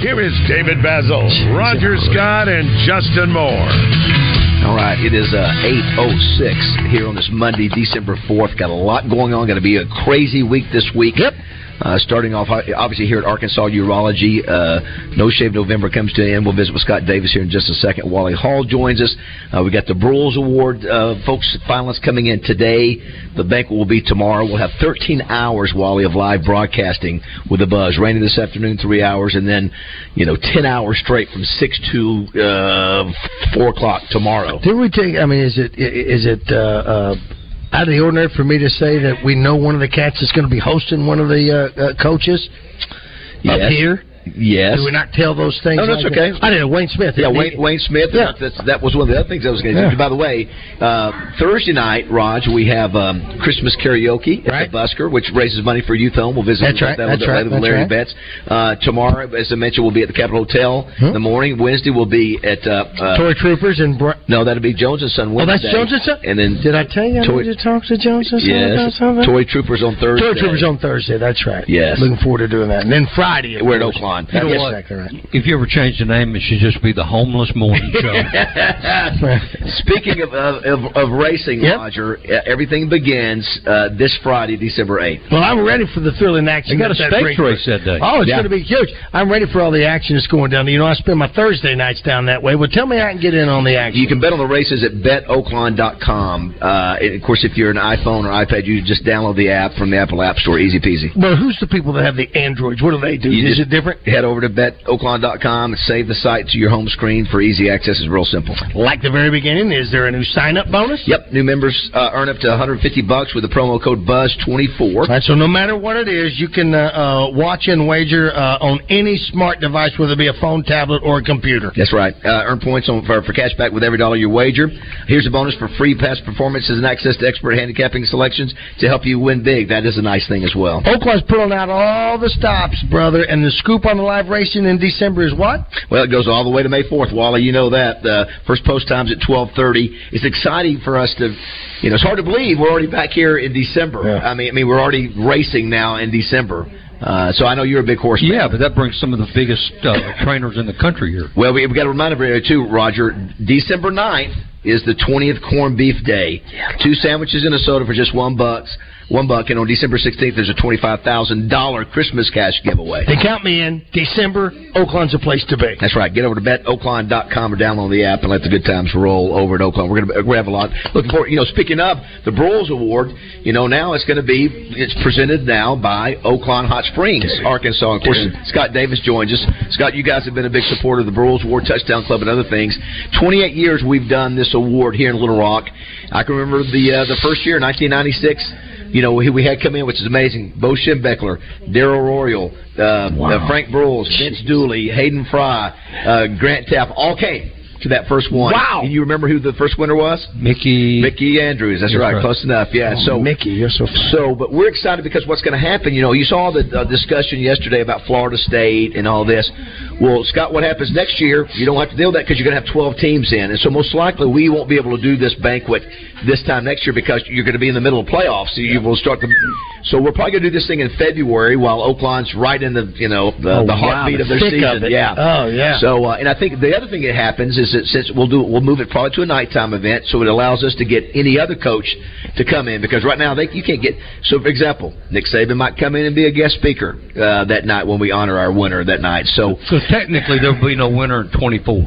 Here is David Basil, Roger Scott, and Justin Moore. All right, it is uh, 8.06 here on this Monday, December 4th. Got a lot going on. Going to be a crazy week this week. Yep. Uh, starting off, obviously, here at Arkansas Urology, uh, No Shave November comes to an end. We'll visit with Scott Davis here in just a second. Wally Hall joins us. Uh, we got the Brewers Award uh, folks finalists coming in today. The banquet will be tomorrow. We'll have 13 hours, Wally, of live broadcasting with the Buzz. Raining this afternoon, three hours, and then you know, 10 hours straight from six to uh, four o'clock tomorrow. Did we take? I mean, is it is it uh, uh, out of the ordinary for me to say that we know one of the cats is going to be hosting one of the uh, uh, coaches Yes. up here? Yes. Do we not tell those things? No, that's like okay. that? I did a Wayne Smith. Yeah, didn't Wayne, he? Wayne Smith. Yeah. That's, that was one of the other things I was going to Yeah. do. By the way, uh, Thursday night, Raj, we have um, Christmas karaoke at the Busker, which raises money for Youth Home. We'll visit That's about right, that a little that's bit right, later with that's Larry Betts. Uh, tomorrow, as I mentioned, we'll be at the Capitol Hotel in the morning. Wednesday, we'll be at. Uh, uh, Toy Troopers and. Br- no, that'll be Jones and Son Oh, that's Wednesday. Jones and Son? And then did I tell you I Toy- need to talk to Johnson about yes, something? Toy Troopers on Thursday. Toy Troopers on Thursday. That's right. Yes. Looking forward to doing that. And then Friday, of We're at course. Oakland. That's You know what? exactly right. If you ever change the name, it should just be the Homeless Morning Show. Speaking of of, of, of racing, Roger, uh, everything begins uh, this Friday, December eighth. Well, I'm ready for the thrilling action. You got a that that stakes brings. race that day. Oh, it's Yeah. going to be huge. I'm ready for all the action that's going down. You know, I spend my Thursday nights down that way. Well, tell me I can get in on the action. You can bet on the races at betoakland.com. Uh, and of course, if you're an iPhone or iPad, you just download the app from the Apple App Store. Easy peasy. Well, who's the people that have the androids? What do they do? You Is just it different? Head over to betoakland.com and save the site to your home screen for easy access. It's real simple. Like the very beginning, is there a new sign-up bonus? Yep, new members uh, earn up to 150 bucks with the promo code BUZZ24. All right, so no matter what it is, you can uh, uh, watch and wager uh, on any smart device, whether it be a phone, tablet, or a computer. That's right. Uh, earn points on, for, for cash back with every dollar you wager. Here's a bonus for free past performances and access to expert handicapping selections to help you win big. That is a nice thing as well. Oakland's pulling out all the stops, brother, and the scoop on the live racing in December is what? Well, it goes all the way to May 4th, Wally. You know that. The first post time's at 12:30. It's exciting for us to, you know, it's hard to believe we're already back here in December. I mean, I mean, we're already racing now in December. Uh, so I know you're a big horse. yeah, but that brings some of the biggest uh, trainers in the country here. Well, we, we got to remind everybody, too, Roger, December 9th is the 20th corned beef day. Two sandwiches and a soda for just one bucks, one buck. And on December 16th, there's a $25,000 Christmas cash giveaway. They count me in. December, Oakland's a place to be. That's right. Get over to betoakland.com or download the app and let the good times roll over at Oakland. We're going to we have a lot. Looking forward. You know, speaking of the Broyles Award, you know, now it's going to be it's presented now by Oakland Hot Springs, Arkansas. Of course, Scott Davis joins us. Scott, you guys have been a big supporter of the Broyles Award, Touchdown Club, and other things. Twenty-eight years we've done this award here in Little Rock. I can remember the uh, the first year, 1996 you know, we, we had come in, which is amazing. Bo Schembechler, Daryl Royal, uh, uh, Frank Brules, Vince Dooley, Hayden Fry, uh, Grant Taff, all came to that first one. Wow! And you remember who the first winner was? Mickey. Mickey Andrews. That's That's right. right. Close enough. Yeah. so Oh, Mickey, you're so. So, but we're excited because what's going to happen? You know, you saw the uh, discussion yesterday about Florida State and all this. Well, Scott, what happens next year? You don't have to deal with that because you're going to have 12 teams in, and so most likely we won't be able to do this banquet this time next year because you're going to be in the middle of playoffs. So you will start the. So we're probably going to do this thing in February while Oakland's right in the you know the, Oh, the wow, heartbeat the of their thick season. of it. Yeah. Oh, yeah. So so, uh, and I think the other thing that happens is that since we'll do we'll move it probably to a nighttime event, so it allows us to get any other coach to come in because right now they you can't get. So, for example, Nick Saban might come in and be a guest speaker uh, that night when we honor our winner that night. So, So technically, there'll be no winner in 24.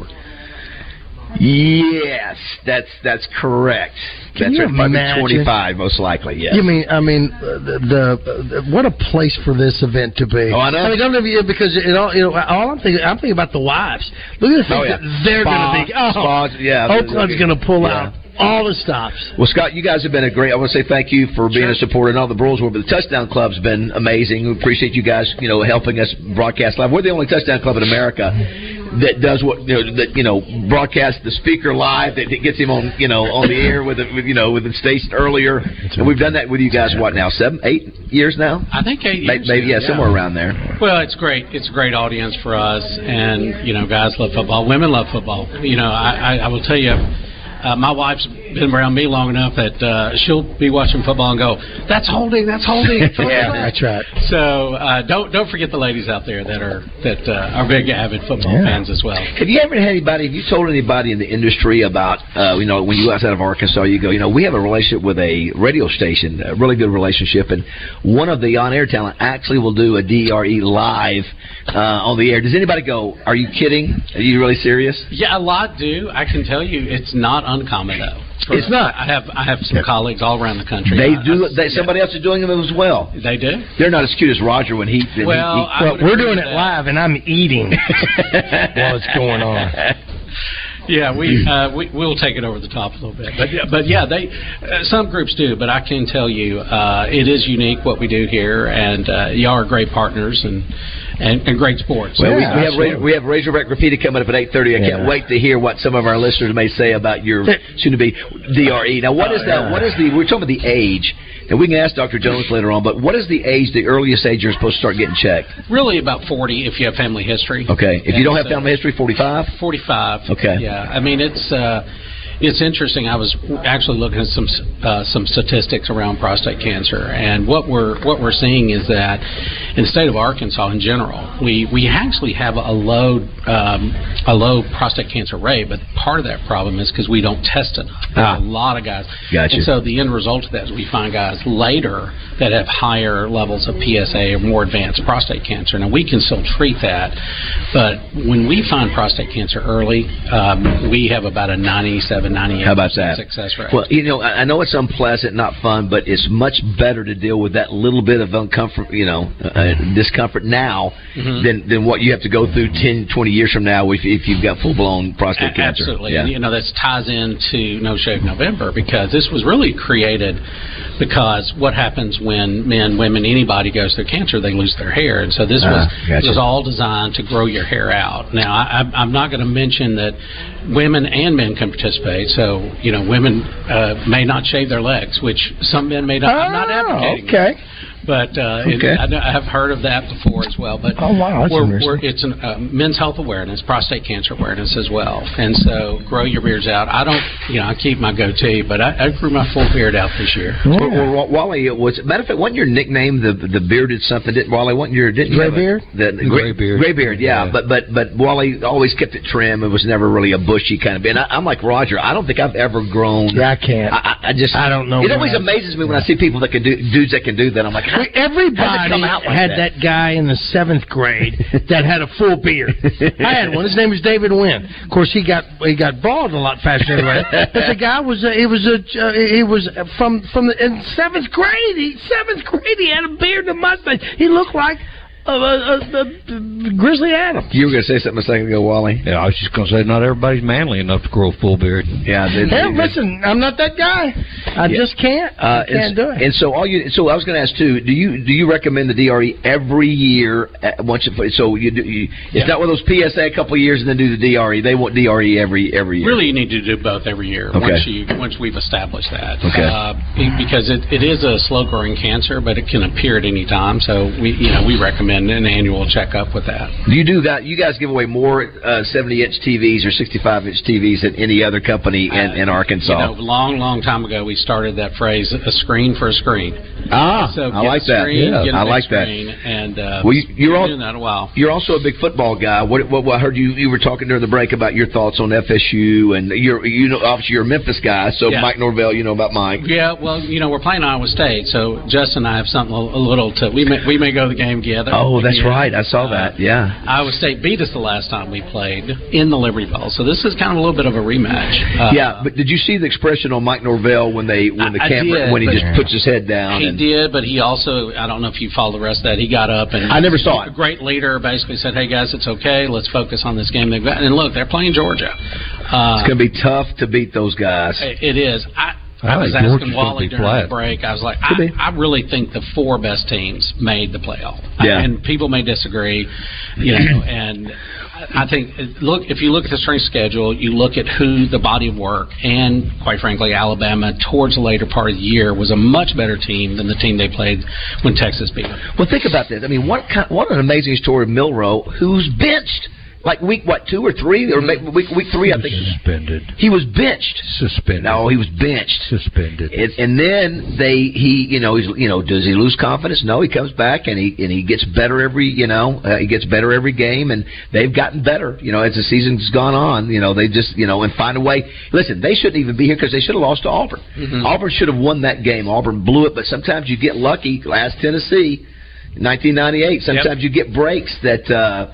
yes, that's that's correct. Can that's you right, probably imagine? 25 most likely. Yes. You mean I mean uh, the, the what a place for this event to be? Oh, I know. I mean, I'm gonna be- because it all you know all I'm thinking I'm thinking about the wives. Look at the things Oh, yeah. that they're Spa- gonna be. Oh, spas, yeah. Oakland's gonna pull Yeah. out all the stops. Well, Scott, you guys have been a great. I want to say thank you for being a supporter and all the Bulls were, but the Touchdown Club's been amazing. We appreciate you guys, you know, helping us broadcast live. We're the only Touchdown Club in America that does what you know that you know broadcasts the speaker live that, that gets him on you know on the air with, it with you know with the station earlier. And we've done that with you guys what now seven eight years now? I think eight May- years Maybe yeah, now, yeah. somewhere around there. Well, it's great. It's a great audience for us, and you know, guys love football. Women love football. You know, I, I, I will tell you, uh, my wife's been around me long enough that uh, she'll be watching football and go, "That's holding. That's holding." it's holding." Yeah, that's right. So uh, don't don't forget the ladies out there that are that uh, are big avid football Yeah. fans as well. Have you ever had anybody? Have you told anybody in the industry about uh, you know when you go outside of Arkansas, you go, you know, we have a relationship with a radio station, a really good relationship, and one of the on-air talent actually will do a DRE live uh, on the air. Does anybody go? Are you kidding? Are you really serious? Yeah, a lot do. I can tell you, it's not uncommon though. For- It's not. I have I have some colleagues all around the country. Uh, They I- do. I- They, somebody else is doing them as well. They do. They're not as cute as Roger when he. when he- Well, he- I Well, would we're agree doing with it that. live, and I'm eating while it's going on. Yeah, we, uh, we we'll take it over the top a little bit, but yeah, but yeah, they uh, some groups do, but I can tell you uh, it is unique what we do here, and uh, you are great partners and and, and great sports. Well, we- Yeah, we, have absolutely. Razor, we have Razorback Graffiti coming up at eight thirty. I can't Yeah. wait to hear what some of our listeners may say about your soon-to-be DRE. E. Now, what is that? What is the? We're talking about the age, and we can ask Dr. Jones later on. But what is the age? The earliest age you're supposed to start getting checked? really about forty if you have family history. Okay, if you And don't have so- family history, forty-five. 45. Okay. Yeah, I mean it's uh, it's interesting. I was actually looking at some uh, some statistics around prostate cancer, and what we're what we're seeing is that in the state of Arkansas in general, we we actually have a low um, a low prostate cancer rate, but part of that problem is because we don't test enough. Ah. A lot of guys. Gotcha. And so the end result of that is we find guys later that have higher levels of PSA or more advanced prostate cancer. Now we can still treat that, but when we find prostate cancer early, um, we have about a 97, 98 How about that? success rate. Well, you know, I I know it's unpleasant, not fun, but it's much better to deal with that little bit of uncomfort, you know, uh, uh, discomfort now Mm-hmm. than than what you have to go through 10, 20 years from now if, if you've got full blown prostate A- cancer. Absolutely. Yeah. And, you know, this ties into No Shave November because this was really created because what happens when men, women, anybody goes through cancer, they lose their hair. And so this was, Ah, gotcha. was all designed to grow your hair out. Now, I, I'm- I'm not going to mention that women and men can participate. So, you know, women uh, may not shave their legs, which some men may not. Ah, I'm not advocating. that. Oh, okay. But uh, it- Okay. I, know- I have heard of that before as well. But Oh, wow, that's we're- interesting. we're- it's an, uh, men's health awareness, prostate cancer awareness as well. And so, grow your beards out. I don't, you know, I keep my goatee, but I, I grew my full beard out this year. Well, well, Wa- Wally, it was matter of fact, wasn't your nickname the the bearded something? Didn't Wally? Wasn't your didn't you have a- Graybeard? The, the gray, Graybeard. Graybeard, yeah. Yeah. But but but Wally always kept it trim. It was never really a bushy kind of. And I, I'm like Roger. I don't think I've ever grown. Yeah, I can't. I, I- I just I don't know It when always I- amazes me when I see people that can do dudes that can do that. I'm like, how- how'd it Everybody come out like had that? that. guy in the seventh grade that had a full beard. I had one. His name was David Wynn. Of course, he got he got bald a lot faster than that. But the guy was a, he was a uh, he was from from the, in seventh grade. He, seventh grade, he had a beard and a mustache. He looked like a, a, a, a grizzly Adams. You were going to say something a second ago, Wally. Yeah, I was just going to say, not everybody's manly enough to grow a full beard. Yeah, they, Hey, listen, I'm not that guy. I Yeah. just can't. Uh, I can't and, do it. and so all you. So I was going to ask too. Do you do you recommend the DRE every year? At once you put, so you, do, you it's not one of those PSA a couple of years and then do the DRE. They want DRE every every year. Really, you need to do both every year Okay. once you once we've established that. Okay. Uh, be- because it, it is a slow growing cancer, but it can appear at any time. So we you know we recommend an annual checkup with that. Do you do that? You guys give away more uh, seventy inch TVs or sixty five inch TVs than any other company in, in Arkansas. Uh, You know, long long time ago, we started that phrase: a screen for a screen. ah, So I get like a that. screen, get a I big like that. screen, And uh, Well, you- you're been all- doing that a while. You're also a big football guy. What, what, what I heard you you were talking during the break about your thoughts on FSU and you're you know obviously you're a Memphis guy, so Yeah. Mike Norvell, you know about Mike. Yeah, well, you know, we're playing Iowa State, so Justin and I have something a a little to. We may we may go to the game together. Oh, that's Yeah. right. I saw Uh, that. Yeah. Iowa State beat us the last time we played in the Liberty Bowl, so this is kind of a little bit of a rematch. Uh, Yeah, but did you see the expression on Mike Norvell when they when the I- I camera did, when he but- just puts his head down? He and, did, but he also, I don't know if you follow the rest of that, he got up and. I never saw it. A great leader basically said, hey guys, it's okay, let's focus on this game they've got. And look, they're playing Georgia. Uh, It's going to be tough to beat those guys. It is. I, I was like North is asking gonna Wally be during flat. the break. I was like, Could I, be. I really think the four best teams made the playoff. I- Yeah. and people may disagree, you know. And I I think look if you look at the strength schedule, you look at who the body of work, and quite frankly, Alabama towards the later part of the year was a much better team than the team they played when Texas beat them. Well, think about this. I mean, what kind, what an amazing story of Milrow, who's benched like week what two or three or ma- week week three, I think Suspended. he was benched. Suspended. No, he was benched. Suspended. And, and then they he you know he's you know does he lose confidence? No, he comes back and he and he gets better every you know uh, he gets better every game and they've gotten better you know as the season's gone on you know they just you know and find a way. Listen, they shouldn't even be here because they should have lost to Auburn. Auburn should have won that game. Auburn blew it, but sometimes you get lucky. Last Tennessee, 1998. Sometimes you get breaks that. uh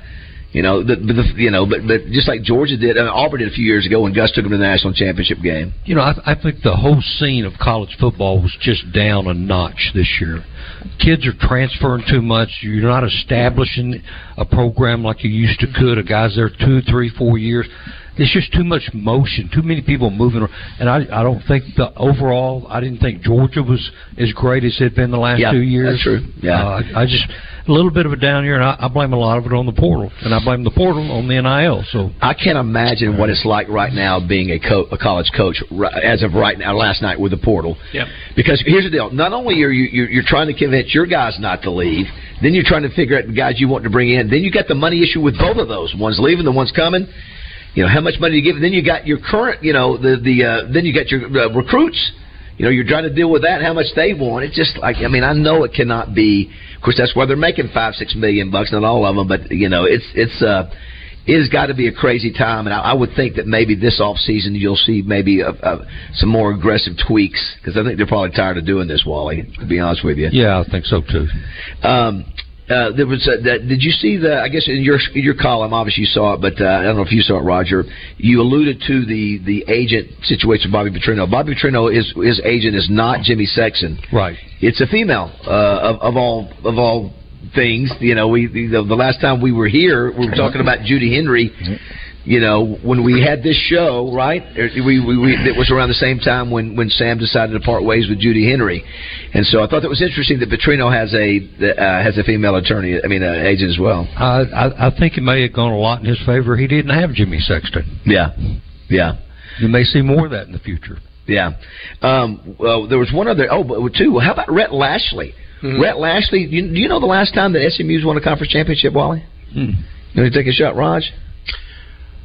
you know, the, the, you know, but but just like Georgia did, and Auburn did a few years ago when Gus took them to the national championship game. You know, I, I think the whole scene of college football was just down a notch this year. Kids are transferring too much. You're not establishing a program like you used to could. A guy's there two, three, four years. There's just too much motion, too many people moving. ar- And I, I don't think the overall. I didn't think Georgia was as great as it had been the last Yeah, two years. that's true. Yeah. uh, I, I just a little bit of a down year, and I, I blame a lot of it on the portal, and I blame the portal on the NIL. So I can't imagine what it's like right now being a, co- a college coach ri- as of right now. Last night with the portal, Yep. Because here's the deal: not only are you you're, you're trying to convince your guys not to leave, then you're trying to figure out the guys you want to bring in. Then you got the money issue with both of those: one's leaving, the one's coming. You know how much money you give. Then you got your current, you know, the the uh, then you got your uh, recruits. You know, you're trying to deal with that. How much they want? It's just like I mean, I know it cannot be. Of course, that's why they're making five, six million bucks. Not all of them, but you know, it's it's. uh it has got to be a crazy time, and I, I would think that maybe this off season you'll see maybe uh uh some more aggressive tweaks because I think they're probably tired of doing this, Wally. To be honest with you, yeah, I think so too. um, uh, there was. A, that, did you see the? I guess in your in your column, obviously you saw it, but uh, I don't know if you saw it, Roger. You alluded to the the agent situation, with Bobby Petrino. Bobby Petrino is his agent is not Jimmy Sexton. Right. It's a female uh, of, of all of all things. You know, we the, the last time we were here, we were talking about Judy Henry. You know, when we had this show, right? er, We, we, we it was around the same time when when Sam decided to part ways with Judy Henry, and so I thought that was interesting that Petrino has a uh, has a female attorney. I mean, uh, agent as well. I, I, I think it may have gone a lot in his favor. He didn't have Jimmy Sexton. Yeah, yeah. You may see more of that in the future. Yeah. Um, well, there was one other. Oh, but two. How about Rhett Lashley? Rhett Lashley. You, do you know the last time that SMU's won a conference championship, Wally? You want to take a shot, Raj?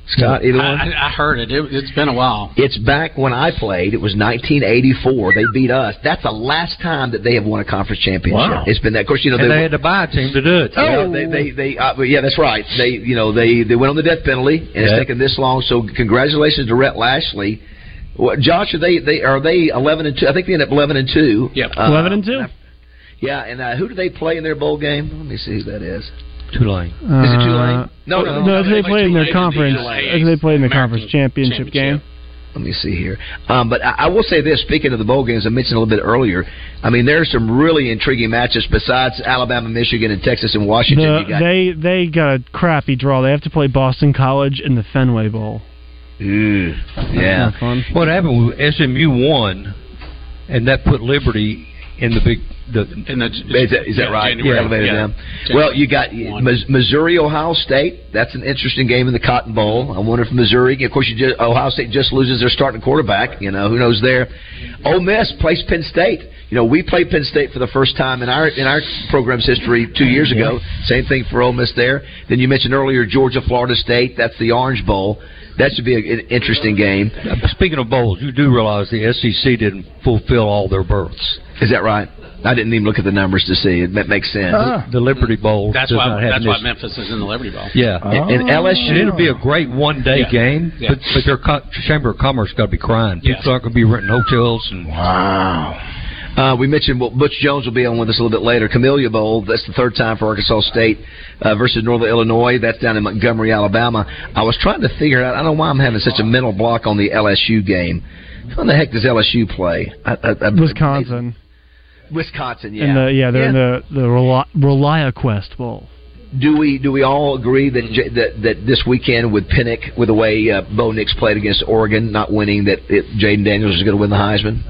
Scott, either I, one. I I heard it. it. It's been a while. It's back when I played. It was 1984. They beat us. That's the last time that they have won a conference championship. Wow. It's been that. Of course, you know And they they had to buy a team to do it. Oh. you know, they, they, they, uh, well, yeah, that's right. They, you know, they, they went on the death penalty, and it's Yeah. taken this long. So, congratulations to Rhett Lashley. Well, Josh, are they, they are they eleven and two? I think they end up eleven and two. Yep. Uh, 11 and 2. Yeah, and uh, who do they play in their bowl game? Let me see who that is. Is Tulane. it Tulane? No, no, no. Oh, No, they played in their Tulane. conference. Tulane. They played in the American conference championship game. Let me see here. Um, but I, I will say this: speaking of the bowl games, I mentioned a little bit earlier. I mean, there are some really intriguing matches besides Alabama, Michigan, and Texas and Washington. The, you got they they got a crappy draw. They have to play Boston College in the Fenway Bowl. Ooh, yeah. That's not fun. What happened was SMU won, and that put Liberty in the big. The, And that's, Is that, is that yeah, right? January. You elevated Yeah. them. Well, you got Mis- Missouri, Ohio State. That's an interesting game in the Cotton Bowl. I wonder if Missouri, of course, you just, Ohio State just loses their starting quarterback. You know who knows there. Ole Miss plays Penn State. You know we played Penn State for the first time in our in our program's history two years ago. Same thing for Ole Miss there. Then you mentioned earlier Georgia, Florida State. That's the Orange Bowl. That should be a- an interesting game. Uh, speaking of bowls, you do realize the SEC didn't fulfill all their berths. Is that right? I didn't even look at the numbers to see. It ma- makes sense. The Liberty Bowl That's does why. not have E That's why Michigan. Memphis is in the Liberty Bowl. Yeah. And- and LSU. And it'll be a great one day Oh. Yeah. game, Yeah. but, but their co- Chamber of Commerce got to be crying. Yes. People aren't going to be renting hotels and Uh, we mentioned well, Butch Jones will be on with us a little bit later. Camellia Bowl, that's the third time for Arkansas State uh, versus Northern Illinois. That's down in Montgomery, Alabama. I was trying to figure out, I don't know why I'm having such a mental block on the LSU game. When the heck does LSU play? I, I, I, Wisconsin. Wisconsin, yeah. And the, yeah, they're in the the Reli- Relia Quest Bowl. Do we do we all agree that J- that, that this weekend with Pinnock, with the way uh, Bo Nix played against Oregon, not winning, that it, Jaden Daniels is going to win the Heisman?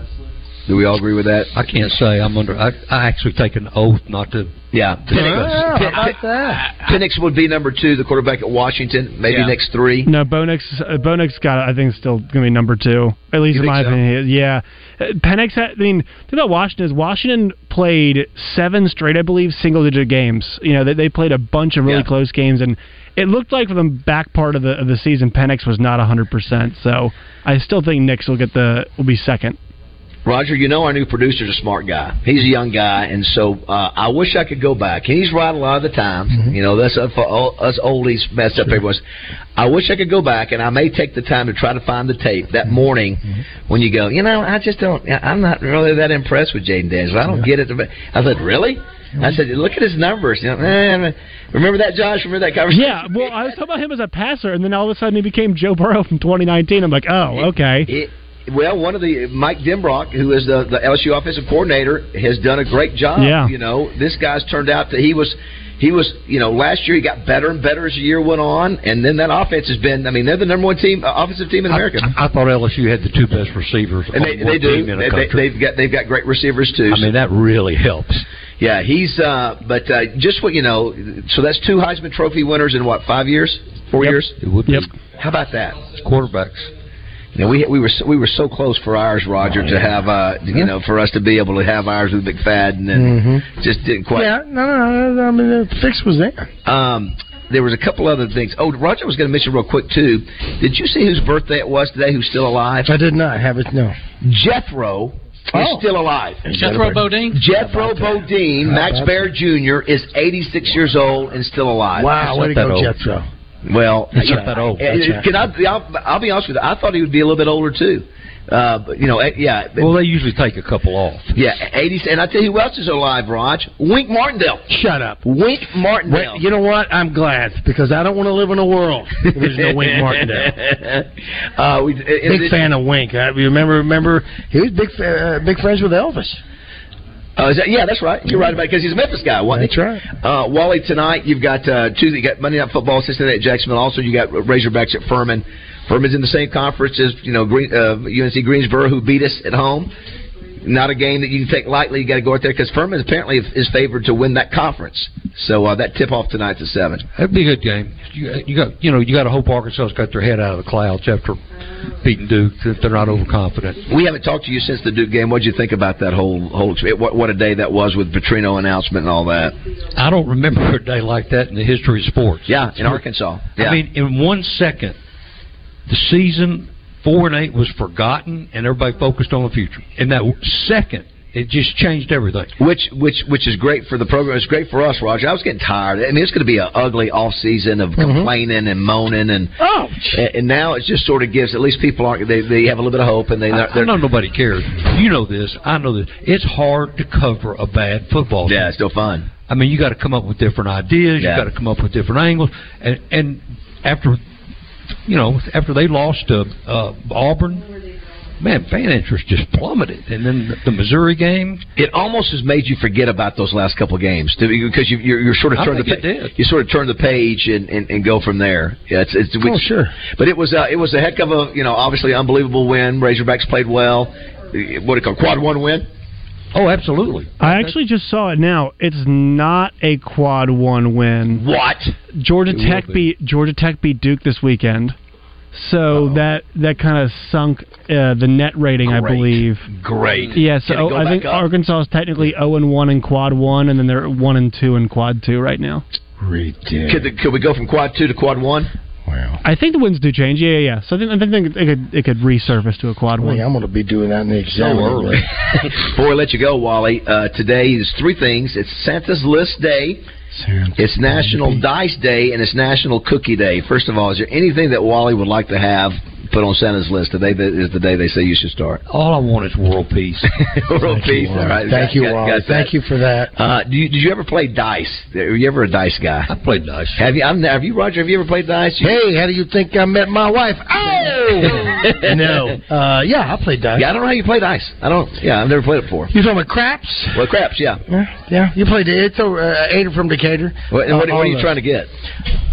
Do we all agree with that? I can't say I'm under. I, I actually take an oath not to. Yeah, Oh, Penix, Penix would be number two, the quarterback at Washington. Maybe Yeah. next three. No, Bo Nix, uh, Bo Nix got, I think, still going to be number two, at least You in think my so? opinion. he is. Yeah. Uh, Penix, had- I mean, the thing about Washington is Washington played seven straight, I believe, single digit games. You know, they, they played a bunch of really close games, and it looked like for the back part of the of the season, Penix was not 100%. So I still think Nix will get the will be second. Roger, you know our new producer's a smart guy. He's a young guy, and so uh, I wish I could go back. And he's right a lot of the time. You know, that's uh, for all, us oldies messed up everyone's. I wish I could go back, and I may take the time to try to find the tape that morning when you go. You know, I just don't. I- I'm not really that impressed with Jaden Daniels. I don't get it. I said, really? I said, look at his numbers. You know, eh, remember that, Josh? Remember that conversation? Yeah, well, I was talking about him as a passer, and then all of a sudden he became Joe Burrow from 2019. I'm like, oh, okay. It, well, one of the Mike Dimbrock, who is the, the LSU offensive coordinator, has done a great job. Yeah. You know, this guy's turned out that he was he was you know last year he got better and better as the year went on, and then that offense has been. I mean, they're the number one team uh, offensive team in America. I, I thought LSU had the two best receivers. on and they, one they do. team in the They, country. have got they've got great receivers too. I mean, that really helps. yeah, he's. Uh, but uh, just what you know, so that's two Heisman Trophy winners in what five years, four years? It would Yep. How about that? Quarterbacks. You know, we we were so, we were so close for ours, Roger, to have uh, you know for us to be able to have ours with McFadden, and Mm-hmm. just didn't quite. Yeah, no, no, no. I mean, the fix was there. Um, there was a couple other things. Oh, Roger was going to mention real quick too. Did you see whose birthday it was today? Who's still alive? I did not have it. No. Jethro is Oh. still alive. Jethro Bodine. Jethro Bodine, Max Bair Jr. is 86 years old and still alive. Wow, way to not that go, old. Jethro. Well, That's you not know, that old. uh, Can I, I'll, I'll be honest with you. I thought he would be a little bit older too. Uh, but, you know, eh, yeah. but- Well, they usually take a couple off. Yeah, 80s. And I tell you who else is alive, Raj? Wink Martindale. Shut up. Wink Wait, Martindale. you know what? I'm glad because I don't want to live in a world where there's no Wink Martindale. uh, we, and Big then- fan of Wink. I remember, remember, he was big, fa- uh, big friends with Elvis. Uh, is that, yeah, that's right. You're right about it because he's a Memphis guy. wasn't he? That's Uh, Wally, tonight you've got uh, Tuesday, you got Monday Night Football, Cincinnati at Jacksonville. Also, you got Razorbacks at Furman. Furman's in the same conference as you know Green, uh, UNC Greensboro, who beat us at home. Not a game that you can take lightly. You got to go out there because Furman apparently is favored to win that conference. So uh, that tip off tonight's at seven. That'd be a good game. You, you got, you know, you got to hope Arkansas's got their head out of the clouds after beating Duke. That they're not overconfident. We haven't talked to you since the Duke game. What'd you think about that whole whole experience? What, what a day that was with Petrino announcement and all that. I don't remember a day like that in the history of sports. Yeah, in Arkansas. Yeah. I mean, in one second, the season four and eight was forgotten, and everybody focused on the future. In that second, it just changed everything. Which which which is great for the program. It's great for us, Roger. I was getting tired. I mean, it's going to be an ugly off season Mm-hmm. of complaining and moaning, and Oh, and now it just sort of gives at least people aren't they, they have a little bit of hope and they I, they're, I know nobody cares. You know this. I know this. It's hard to cover a bad football team. yeah, it's still fun. I mean, you got to come up with different ideas. Yeah. You got to come up with different angles. And and after, you know, after they lost to uh, Auburn, man, fan interest just plummeted. And then the, the Missouri game, It almost has made you forget about those last couple of games to- because you, you're, you're sort of I turned the think it pa- did. you sort of turn the page and, and, and go from there. Yeah, it's, it's, Oh, sure. But it was uh, it was a heck of a you know obviously unbelievable win. Razorbacks played well. What do you call it, quad one win? oh, absolutely. I actually just saw it now. It's not a quad one win. What? Georgia will Tech be. beat Georgia Tech beat Duke this weekend, so that that kind of sunk uh, the net rating, I Great. believe. Great. Yeah, Can it so go I think back up? Arkansas is technically zero and one in quad one, and then they're one and two in quad two right now. Could, the, could we go from quad two to quad one? Oh. I think the wins do change. Yeah, yeah. yeah. So I think, I think it could it could resurface to a quad Boy, one. I'm going to be doing that in the exam. early. Before I let you go, Wally, uh, today is three things. It's Santa's List Day, it's National Dice Day, and it's National Cookie Day. First of all, is there anything that Wally would like to have put on Santa's List? Today is the day they say you should start. All I want is world peace. World Thank you, peace. Wally. All right. Thank you, Got- got Wally. that. Thank you for that. Uh, do you, did you ever play dice? Were you ever a dice guy? I played nice. Have you? I'm, have you, Roger? Have you ever played dice? You- Hey, how do you think I met my wife? Oh, no. Uh, yeah, I played dice. Yeah, I don't know how you play dice. I don't. Yeah, I've never played it before. You talking about craps? Well, craps. Yeah. Yeah, yeah. You played it. It's over, uh, Ada from Decatur. What, Uh, what, what all are you the- trying to get?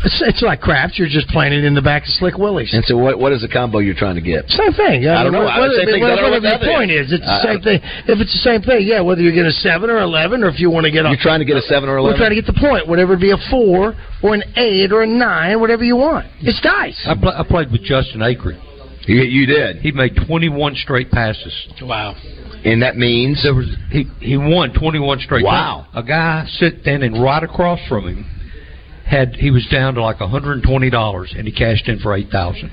It's, it's like craps. You're just playing it in the back of Slick Willie's. And so, what? What is the combo you're trying to get. Same thing. Yeah, I don't know. whether- I would say things whether- I don't know whether what the the other point is. is, it's the I- same thing. If it's the same thing, yeah, whether you get a seven or eleven, or if you want to get a You're trying to get a seven or we're eleven. trying to get the point, whatever it be a four or an eight or a nine, whatever you want. It's dice. I, pl- I played with Justin Akron. you, you did, He made 21 straight passes. Wow. and that means There was he he won 21 straight. Wow. passes. A guy sit standing right across from him had he was down to like 120 dollars and he cashed in for 8,000.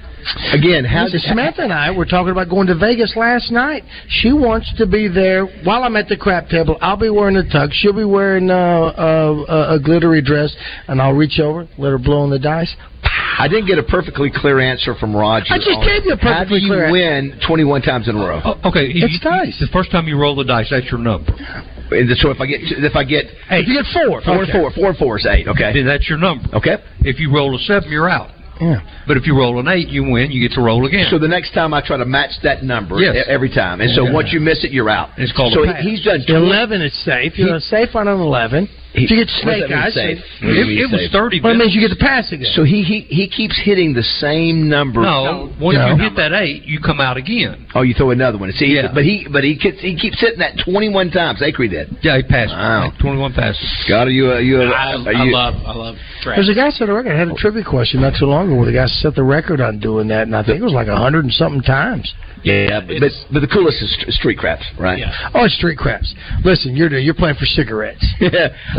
again how Listen, did Samantha and I were talking about going to Vegas last night. She wants to be there while I'm at the crap table. I'll be wearing a tux. She'll be wearing uh, uh, a, a glittery dress, and I'll reach over, let her blow on the dice. I didn't get a perfectly clear answer from Roger. I just on gave you a how do perfectly you clear win 21 times in a row. Oh, okay, you- It's you- dice. The first time you roll the dice, that's your number. And so if I get if I get If you get four, four okay. and four, four and four is eight. Okay. That's your number. Okay. If you roll a seven, you're out. Yeah. But if you roll an eight, you win. You get to roll again. So the next time I try to match that number Yes. e- every time, and so Okay. once you miss it, you're out. It's called so a he- pass. he's done 20 Eleven is safe. You're safe on an eleven. He- If you get What does snake that mean, eyes, safe? What do you it, mean it was safe? 30 well, it minutes. means you get the pass again. So he, he he keeps hitting the same number. No, once No. you hit that eight, you come out again. Oh, you throw another one. See, Yeah. but he but he keeps, he keeps hitting that 21 times. Acre did. Yeah, he passed. Wow. Like 21 passes. Scott, are you a, you a, I, I are you, love I love There's drafts. a guy set a record. I had a trivia question not too long ago where the guy set the record on doing that, and I think it was like a hundred and something times. Yeah, but, but but the coolest is st- street craps, right? Yeah. Oh, it's street craps. Listen, you're doing- you're playing for cigarettes.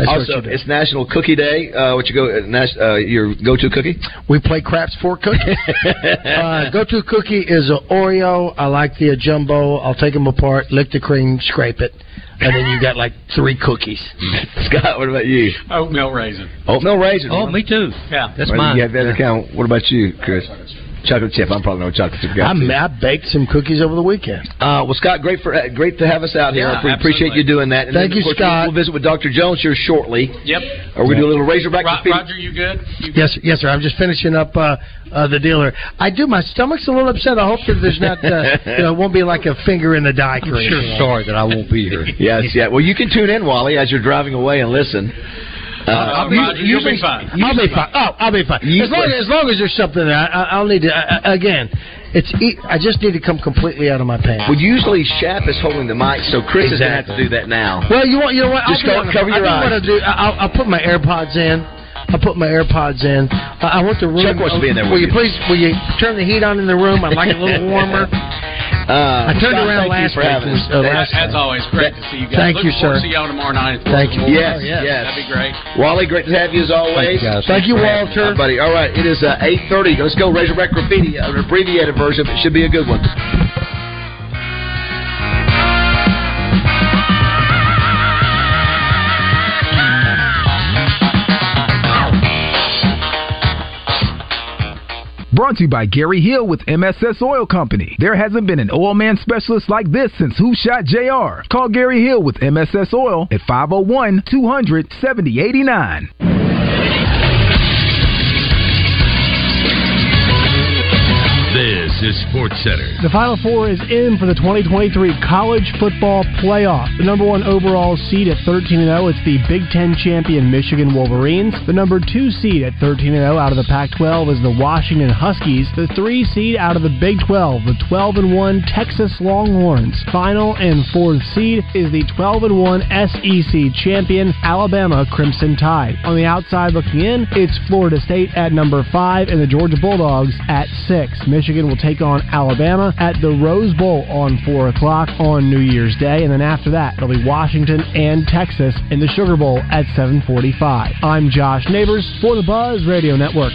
what also, you do. it's National Cookie Day. Uh, what you go? Uh, nas- uh, your go-to cookie? We play craps for cookies. uh, go-to cookie is a Oreo. I like the uh, jumbo. I'll take them apart, lick the cream, scrape it, and then you got like three cookies. Scott, what about you? Oatmeal raisin. Oatmeal raisin. Oh, me too. Yeah. That's Well, mine. You have that account. What about you, Chris? Chocolate chip. I'm probably no chocolate chip guy. I, ma- I baked some cookies over the weekend. Uh, well, Scott, great for uh, great to have us out here. Yeah, we appreciate absolutely. you doing that. And Thank you, then, of course, Scott. We'll visit with Dr. Jones here shortly. Yep. Are we do a little Razorback? Ro- to feed- Roger, you good? You good? Yes, sir. yes, sir. I'm just finishing up uh, uh, the dealer. I do. My stomach's a little upset. I hope that there's not, uh, you know, it won't be like a finger in the die. I'm sure sorry that I won't be here. Yes, yeah. Well, you can tune in, Wally, as you're driving away and listen. Uh, Uh, Roger, you'll usually- be fine. I'll be fine. Oh, I'll be fine. You- As long as, long as there's something there, I, I- I'll need to. I, I- again, it's. e- I just need to come completely out of my pants. well, usually Shap is holding the mic, so Chris is going to have to do that now. Well, you want you know what? Just go- honest. cover I your eyes. do want to do. I- I'll, I'll put my AirPods in. I'll put my AirPods in. I, I want the room. Chuck wants to be in there Will with you you. please? Will you turn the heat on in the room? I like it a little warmer. I Uh, turned Scott, around thank you last for week. having It was, us. uh, Thank- last- As always, great to see you guys. Thank Look you, sir. forward to see y'all tomorrow night. Thank you. Oh, Yes, yes. yes. That'd be great. Wally, great to have you as always. Thank you, guys. Thank you, for having Walter. us, buddy. All right, it is uh, 8.30. Let's go Razorback Graffiti, an abbreviated version, but it should be a good one. Brought to you by Gary Hill with MSS Oil Company. There hasn't been an oil man specialist like this since Who Shot JR. Call Gary Hill with MSS Oil at 501 200 7089. This is Sports Center. The Final Four is in for the 2023 College Football Playoff. The number one overall seed at 13 0, it's the Big Ten champion Michigan Wolverines. The number two seed at 13 0 out of the Pac 12 is the Washington Huskies. The three seed out of the Big 12, the 12 1 Texas Longhorns. Final and fourth seed is the 12 1 SEC champion Alabama Crimson Tide. On the outside looking in, it's Florida State at number five and the Georgia Bulldogs at six. Michigan will take on Alabama at the Rose Bowl on four o'clock on New Year's Day, and then after that it'll be Washington and Texas in the Sugar Bowl at 7:45. I'm Josh Neighbors for the Buzz Radio Network.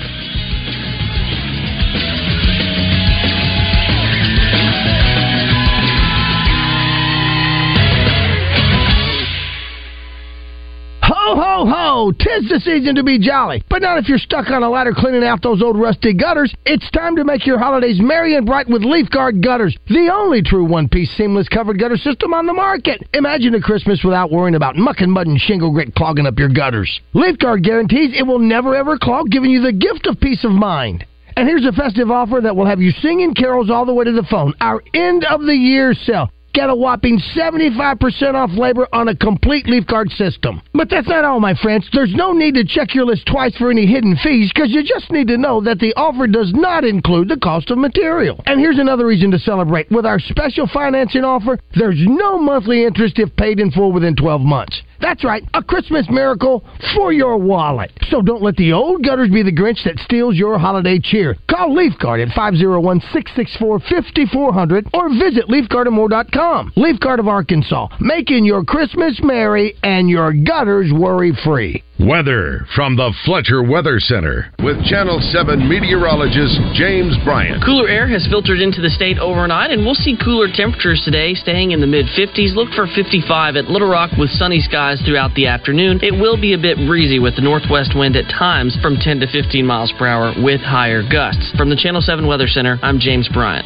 Ho, ho, ho! Tis the season to be jolly. But not if you're stuck on a ladder cleaning out those old rusty gutters. It's time to make your holidays merry and bright with Leaf Guard Gutters, the only true one piece seamless covered gutter system on the market. Imagine a Christmas without worrying about muck and mud and shingle grit clogging up your gutters. Leaf Guard guarantees it will never ever clog, giving you the gift of peace of mind. And here's a festive offer that will have you singing carols all the way to the phone. Our end of the year sale. get a whopping 75% off labor on a complete leaf guard system. But that's not all, my friends. There's no need to check your list twice for any hidden fees because you just need to know that the offer does not include the cost of material. And here's another reason to celebrate. With our special financing offer, there's no monthly interest if paid in full within 12 months. That's right, a Christmas miracle for your wallet. So don't let the old gutters be the Grinch that steals your holiday cheer. Call LeafGuard at 501-664-5400 or visit leafguardamore.com. Leaf Guard of Arkansas, making your Christmas merry and your gutters worry-free. Weather from the Fletcher Weather Center with Channel 7 meteorologist James Bryant. Cooler air has filtered into the state overnight, and we'll see cooler temperatures today, staying in the mid 50s. Look for 55 at Little Rock with sunny skies throughout the afternoon. It will be a bit breezy with the northwest wind at times from 10 to 15 miles per hour with higher gusts. From the Channel 7 Weather Center, I'm James Bryant.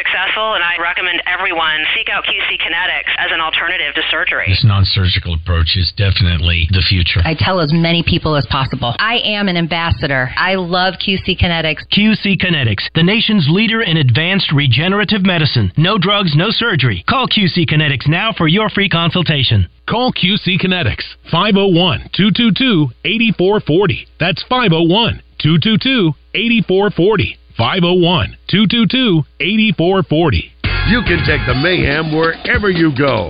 successful, and I recommend everyone seek out QC Kinetics as an alternative to surgery. This non surgical approach is definitely the future. I tell as many people as possible. I am an ambassador. I love QC Kinetics. QC Kinetics, the nation's leader in advanced regenerative medicine. No drugs, no surgery. Call QC Kinetics now for your free consultation. Call QC Kinetics 501 222 8440. That's 501 222 8440. 501 222 8440. You can take the mayhem wherever you go.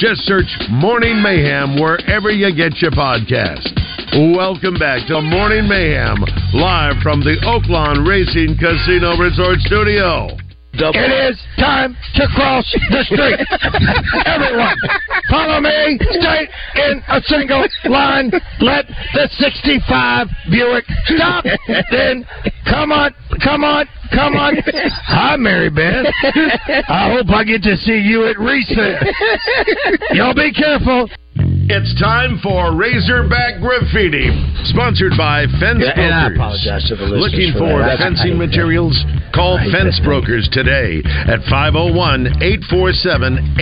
Just search Morning Mayhem wherever you get your podcast. Welcome back to Morning Mayhem, live from the Oaklawn Racing Casino Resort Studio. It is time to cross the street. Everyone, follow me. Stay in a single line. Let the 65 Buick stop. Then come on, come on, come on. Hi, Mary Beth. I hope I get to see you at recess. Y'all be careful. It's time for Razorback Graffiti, sponsored by Fence Yeah, and I Brokers. apologize to the listeners Looking for for, that. That's- fencing materials? Call Fence Brokers today at 501 847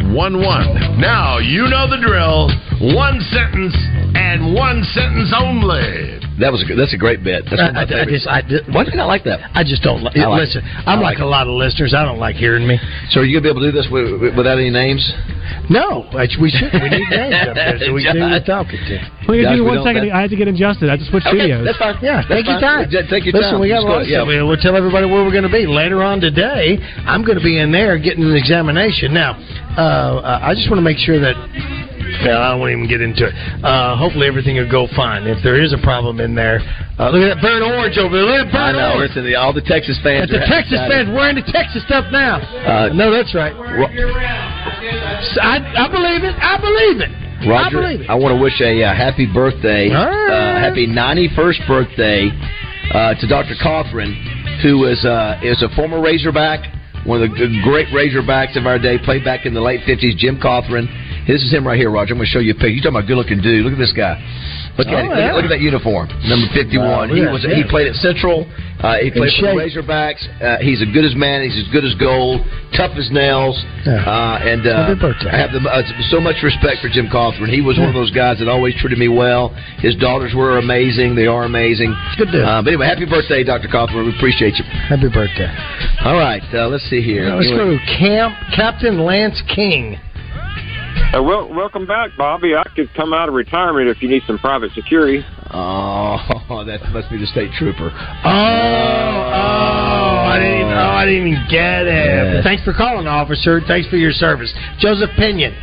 8811. Now, you know the drill. One sentence and one sentence only. That was a good, that's a great bit. Uh, That's one of my I- I favorites. just- I just- Why do you not like that? I just don't. Li- I like listen, it. I I'm like like, a lot of listeners. I don't like hearing me. So are you gonna be able to do this with, with- without any names? No, I- we should. We need names up there so we can do who we're talking to. Well, you Josh, do we one don't- second. I had to get adjusted. I had to switch studios. Yeah, That's take your fine. time. Ju- take your Listen, time. we got Just a go- lot of yeah. stuff. We'll tell everybody where we're going to be later on today. I'm going to be in there getting an examination. Now, uh, uh, I just want to make sure that. Well, I don't want to even get into it. Uh, hopefully, everything will go fine. If there is a problem in there, uh, look at that burnt orange over there. Look at that I burnt know. orange. Listen, the- all the Texas fans. That's the are Texas excited. fans wearing the Texas stuff now. Uh, no, that's right. So I, I believe it. I believe it. Roger, I I, believe it. want to wish a uh, happy birthday, Ah. uh, happy 91st birthday uh, to Dr. Cothran, who is uh, is a former Razorback, one of the g- great Razorbacks of our day, played back in the late 50s. Jim Cothran. This is him right here, Roger. I'm going to show you a picture. You're talking about a good-looking dude. Look at this guy. Look at, Oh, it. Look, yeah. at look at that uniform, number 51. Wow, he yeah, was yeah. he played at Central. Uh, he played for the shape. Razorbacks. Uh, he's as good as man. He's as good as gold. Tough as nails. Uh, and uh, Happy birthday. I have the, uh, so much respect for Jim Cawthorn. He was one of those guys that always treated me well. His daughters were amazing. They are amazing. Good deal. Uh, but anyway, happy birthday, Dr. Cawthorn. We appreciate you. Happy birthday. All right, uh, let's see here. Let's go Anyway, to Camp Captain Lance King. Uh, well, welcome back, Bobby. I could come out of retirement if you need some private security. Oh, that must be the state trooper. Oh, oh, I didn't, even- oh, I didn't even get it. Yes. Thanks for calling, officer. Thanks for your service. Joseph Pinion.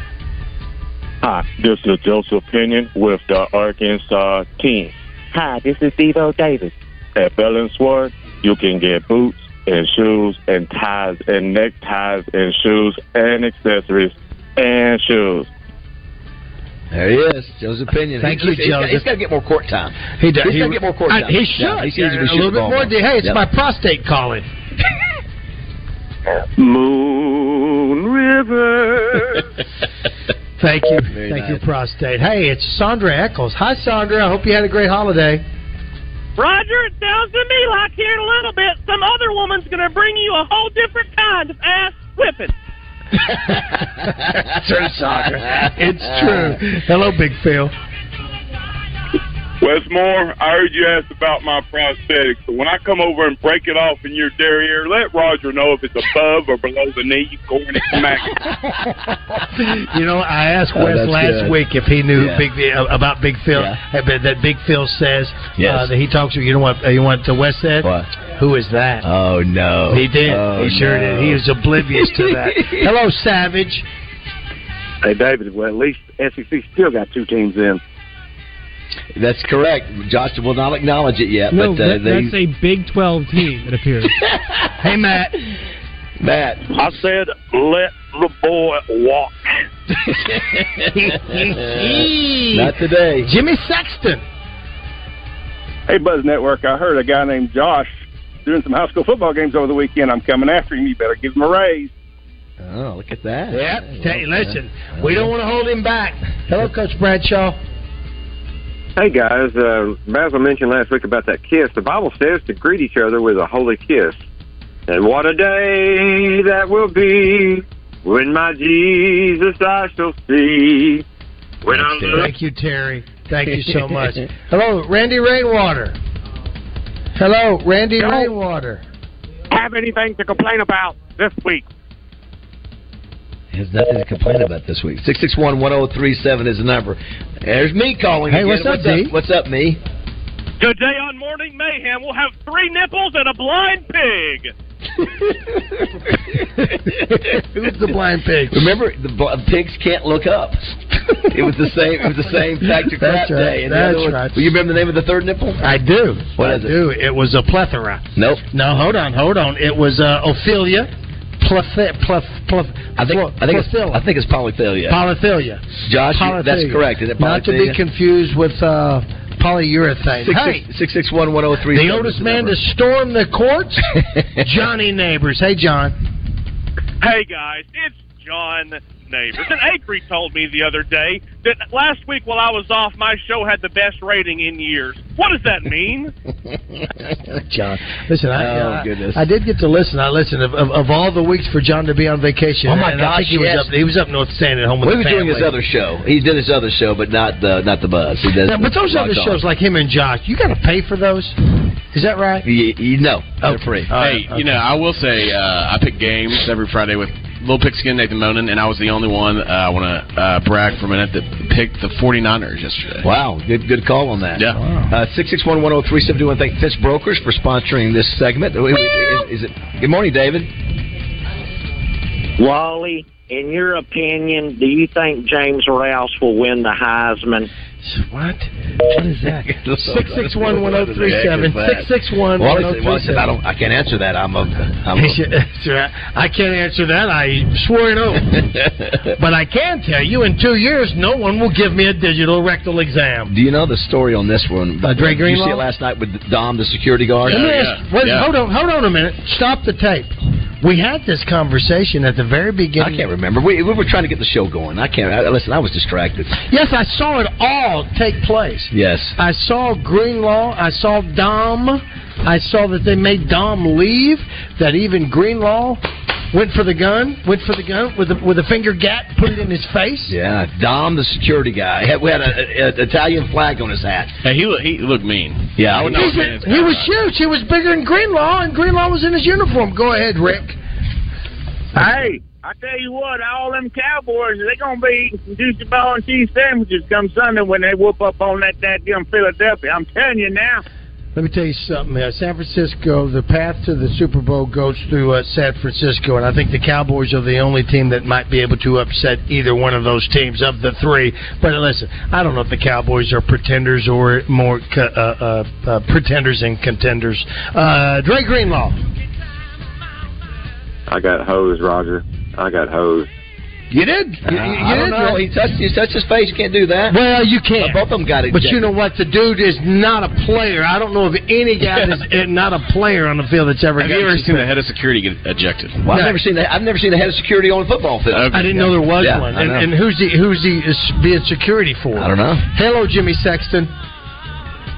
Hi, this is Joseph Pinion with the Arkansas team. Hi, this is Devo Davis. At Bell and Swart, you can get boots and shoes and ties and neckties and shoes and accessories and shoes. There he is, Joe's opinion. Thank He's- you, he's got- Joseph. He's got to get more court time. He does. He's He- got to get more court I- time. he should. Yeah, he sees we a shoot little the bit ball more. more. Hey, it's Yeah. my prostate calling. Moon River. Thank you. Very Thank nice. you, prostate. Hey, it's Sandra Eccles. Hi, Sandra. I hope you had a great holiday. Roger, it sounds to me like here in a little bit, some other woman's going to bring you a whole different kind of ass whipping. true, Sandra. It's true. Hello, Big Phil. Westmore, I heard you asked about my prosthetic. So when I come over and break it off in your derriere, let Roger know if it's above or below the knee. You're going to smack it. You know, I asked Oh, Wes that's last good. week if he knew Yeah. Big uh, about Big Phil. I bet that Big Phil says uh, Yes. that he talks to you. Know what? uh, You know what? The Wes said. Who is that? Oh no, he did. Oh, he sure no. did. He was oblivious to that. Hello, Savage. Hey, David, well, at least SEC still got two teams in. That's correct. Josh will not acknowledge it yet, No, but uh, that, they, that's a Big 12 team, it appears. hey, Matt. Matt. I said, let the boy walk. Not today. Jimmy Sexton. Hey, Buzz Network, I heard a guy named Josh doing some high school football games over the weekend. I'm coming after him. You better give him a raise. Oh, look at that. Yep. Hey, listen, we don't want to hold him back. Hello, Coach Bradshaw. Hey, guys, uh, Basil mentioned last week about that kiss. The Bible says to greet each other with a holy kiss. And what a day that will be when my Jesus I shall see. When I look Thank you, Terry. Thank you so much. Hello, Randy Rainwater. Hello, Randy Yo. Rainwater. Have anything to complain about this week? There's nothing to complain about this week. 661-1037 is the number. There's me calling. Hey, again. what's up, D? What's up, me? Today on Morning Mayhem, we'll have three nipples and a blind pig. Who's the blind pig? Remember, the bl- pigs can't look up. It was the same. It was the same factor That's crap right. day. And the That's other one- right. Well, you remember the name of the third nipple? I do. What I is it? do. It was a plethora. Nope. No, hold on, hold on. It was uh, Ophelia. Pleth- pleth- pleth- I think. I think. It's, I think it's polyphilia. Polyphilia. Josh, you- that's Polyphilia. correct. Is it Not to be polyphilia? confused with uh, polyurethane. Six- hey, six- six six one one zero three. the oldest man to storm the courts, Johnny Neighbors. Hey, John. Hey guys, it's John Neighbors. And Acree told me the other day that last week while I was off, my show had the best rating in years. What does that mean? John, listen. I, Oh, I- goodness. I, did get to listen. I listened of, of, of all the weeks for John to be on vacation. Oh, my and I gosh, think he yes. was up. He was up north staying at home with We the were doing his family. other show. He did his other show, but not the not the buzz. He does. Now, but those Rock other On. shows, like him and Josh, you got to pay for those. Is that right? You, you know, Oh, free. Hey, you know, I will say uh, I pick games every Friday with Little Pigskin, Nathan Monin, and I was the only one. Uh, I want to uh, brag for a minute that picked the 49ers yesterday. Wow, good good call on that. Yeah. Uh, Six six one one zero three seven two one. Thank Fitch Brokers for sponsoring this segment. Is, is it? Good morning, David. Wally, in your opinion, do you think James Rouse will win the Heisman? What? What is that? Six six one one zero three seven. Six six one Well, one I zero said- well, I three said I seven. don't. I can't answer that. I'm a. I'm a That's right. I can't answer that. I swore an oath. but I can tell you, in two years, no one will give me a digital rectal exam. do you know the story on this one? By Dre Did you see Greenlaw? it last night with Dom, the security guard. Let me ask- wait, Hold on, hold on a minute. Stop the tape. We had this conversation at the very beginning. I can't remember. We, we were trying to get the show going. I can't. I, listen, I was distracted. Yes, I saw it all take place. Yes. I saw Greenlaw. I saw Dom. I saw that they made Dom leave. That even Greenlaw went for the gun. Went for the gun with a, with a finger gat. Put it in his face. Yeah, Dom, the security guy. We had an Italian flag on his hat. Hey, he, lo- he looked mean. Yeah, I would He's a- he was huge. He was bigger than Greenlaw, and Greenlaw was in his uniform. Go ahead, Rick. Hey, I tell you what, all them Cowboys, they're going to be eating some juicy ball and cheese sandwiches come Sunday when they whoop up on that goddamn Philadelphia. I'm telling you now. Let me tell you something. Uh, San Francisco, the path to the Super Bowl goes through uh, San Francisco, and I think the Cowboys are the only team that might be able to upset either one of those teams of the three. But uh, listen, I don't know if the Cowboys are pretenders or more co- uh, uh, uh, pretenders and contenders. Uh, Dre Greenlaw. I got hosed, Roger. I got hosed. You did. Uh, You, you I did. don't know. He touched, he touched his face. You can't do that. Well, you can't. both of them got it. But you know what? The dude is not a player. I don't know of any guy that's uh, not a player on the field that's ever. Have you gotten ever seen the suspended. head of security get ejected? Well, I've never seen that. I've never seen the head of security on a football field. I didn't know there was Yeah, one. I And, know. and who's he? Who's he is being security for? I don't know. Hello, Jimmy Sexton.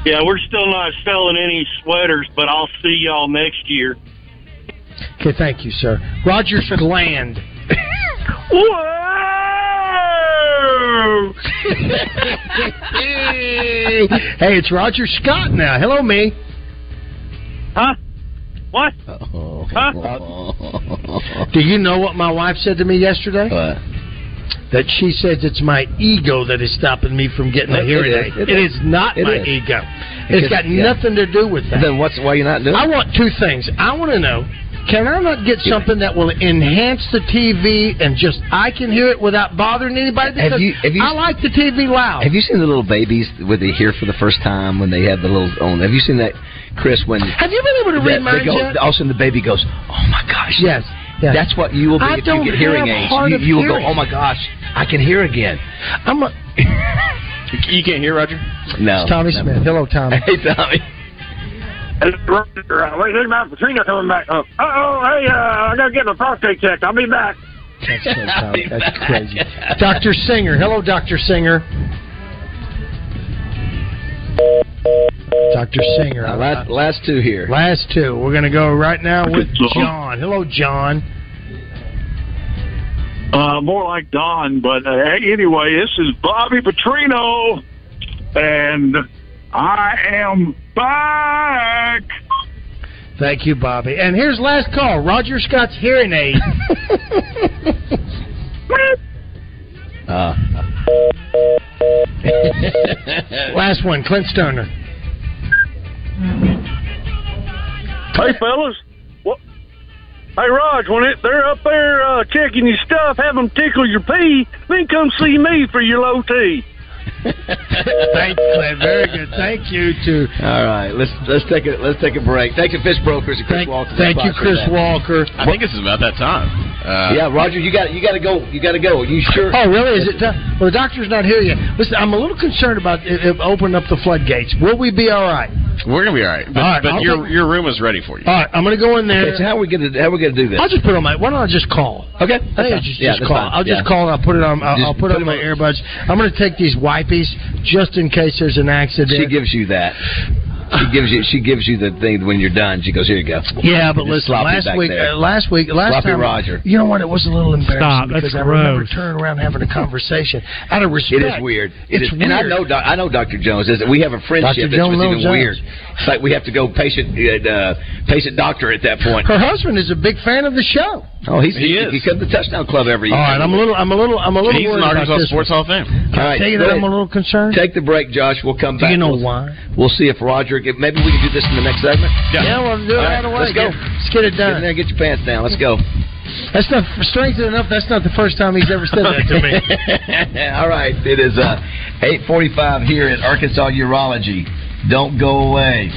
Yeah, we're still not selling any sweaters, but I'll see y'all next year. Okay, thank you, sir. Rogers Gland. hey, it's Roger Scott now. Hello, me. Huh? What? Do you know what my wife said to me yesterday? What? That she says it's my ego that is stopping me from getting a It hearing is, aid. it it is. is not It my is. ego. Because- It's got yeah. nothing to do with that. Then what's why you not doing? I want two things. I want to know can I not get something that will enhance the TV and just I can hear it without bothering anybody? Because Have you- have you- I like the TV loud. Have you seen the little babies when they hear for the first time when they have the little own? Have you seen that, Chris? When Have you been able to that read mine they go, yet? All of a sudden, the baby goes, "Oh my gosh!" Yes. yes. That's what you will be I if don't you get hearing have aids. hard You, of you will hearing. go, "Oh my gosh, I can hear again." I'm a, You can't hear Roger. No. It's Tommy Smith. Hello, Tommy. Hey, Tommy. Roger, uh, wait, there's Matt Petrino coming back. Oh, oh, hey, uh, I gotta get my prostate checked. I'll be back. That's, so Tommy. That's crazy. Dr. Singer. Hello, Dr. Singer. Dr. Singer. Uh, last, last two here. Last two. We're going to go right now with John. John. Hello, John. Uh, more like Don, but uh, hey, anyway, this is Bobby Petrino, and I am back. Thank you, Bobby. And here's last call. Roger Scott's hearing aid. Uh, last one, Clint Stoner. Hey, fellas. What? Hey, Rog, when it, they're up there uh, checking your stuff, have them tickle your pee, then come see me for your low tea. Thanks, Clint. Very good. Thank you to. All right, let's let's take a let's take a break. Thank you, Fish Brokers and Chris Walker. Thank you, Sponsor Chris that. Walker. I think this is about that time. Uh, yeah, Roger, you got you got to go. You got to go. You sure? Oh, really? Is it? Time? Well, the doctor's not here yet. Listen, I'm a little concerned about it, it opening up the floodgates. Will we be all right? We're gonna be all right. But, All right, but I'll your take- your room is ready for you. All right, I'm going to go in there. Okay, so how are we going to how we going to do this? I'll just put on my. Why don't I just call? Okay, I think I that's just, fine. Yeah, just that's call. fine. I'll just Yeah. call. I'll put it on. I'll, Just I'll put, put on it my on. earbuds. I'm going to take these wipies just in case there's an accident. She gives you that. She gives you she gives you the thing when you're done. She goes, "Here you go." Yeah, but listen. Just sloppy Last back week, uh, there. last week, last Sloppy time, Roger. You know what? It was a little embarrassing Stop, because that's I remember gross. turning around having a conversation out of respect. It is weird. It it's is- weird. And I know, doc, I know, Doctor Jones is that we have a friendship Dr. that's Joan even Lone Jones. weird. It's like we have to go patient, uh, patient doctor at that point. Her husband is a big fan of the show. Oh, he's he, he comes to the Touchdown Club every All year. right, I'm a little, I'm a little, I'm a little worried about this. Hall of Fame. All right, Tell you go that ahead. I'm a little concerned. Take the break, Josh. We'll come Do back. you know we'll, why? We'll see if Roger. Get, maybe we can do this in the next segment. Yeah, we'll do it All right away. Let's go. Get- let's get it Get done. in there. Get your pants down. Let's go. That's not strange enough. That's not the first time he's ever said that to me. All right. It is uh, 8:45 here at Arkansas Urology. Don't go away.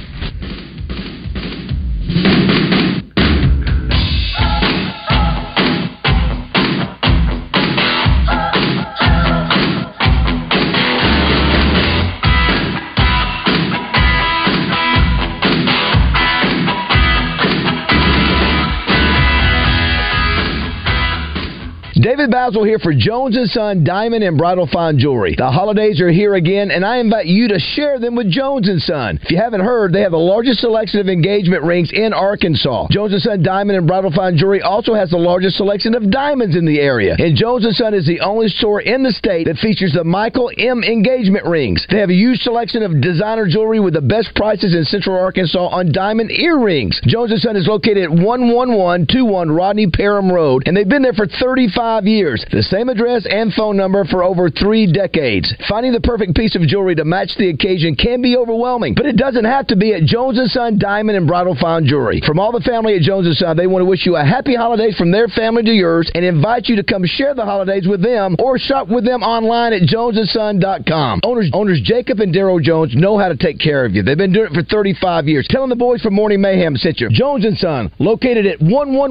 David David Basil here for Jones & Son Diamond and Bridal Fine Jewelry. The holidays are here again, and I invite you to share them with Jones & Son. If you haven't heard, they have the largest selection of engagement rings in Arkansas. Jones & Son Diamond and Bridal Fine Jewelry also has the largest selection of diamonds in the area. And Jones & Son is the only store in the state that features the Michael M. engagement rings. They have a huge selection of designer jewelry with the best prices in Central Arkansas on diamond earrings. Jones & Son is located at 11121 Rodney Parham Road, and they've been there for 35 years. The same address and phone number for over three decades. Finding the perfect piece of jewelry to match the occasion can be overwhelming, but it doesn't have to be at Jones & Son Diamond and Bridal Fine Jewelry. From all the family at Jones & Son, they want to wish you a happy holidays from their family to yours and invite you to come share the holidays with them or shop with them online at jonesandson.com. Owners, owners Jacob and Daryl Jones know how to take care of you. They've been doing it for 35 years. Tell them the boys from Morning Mayhem sent you. Jones & Son, located at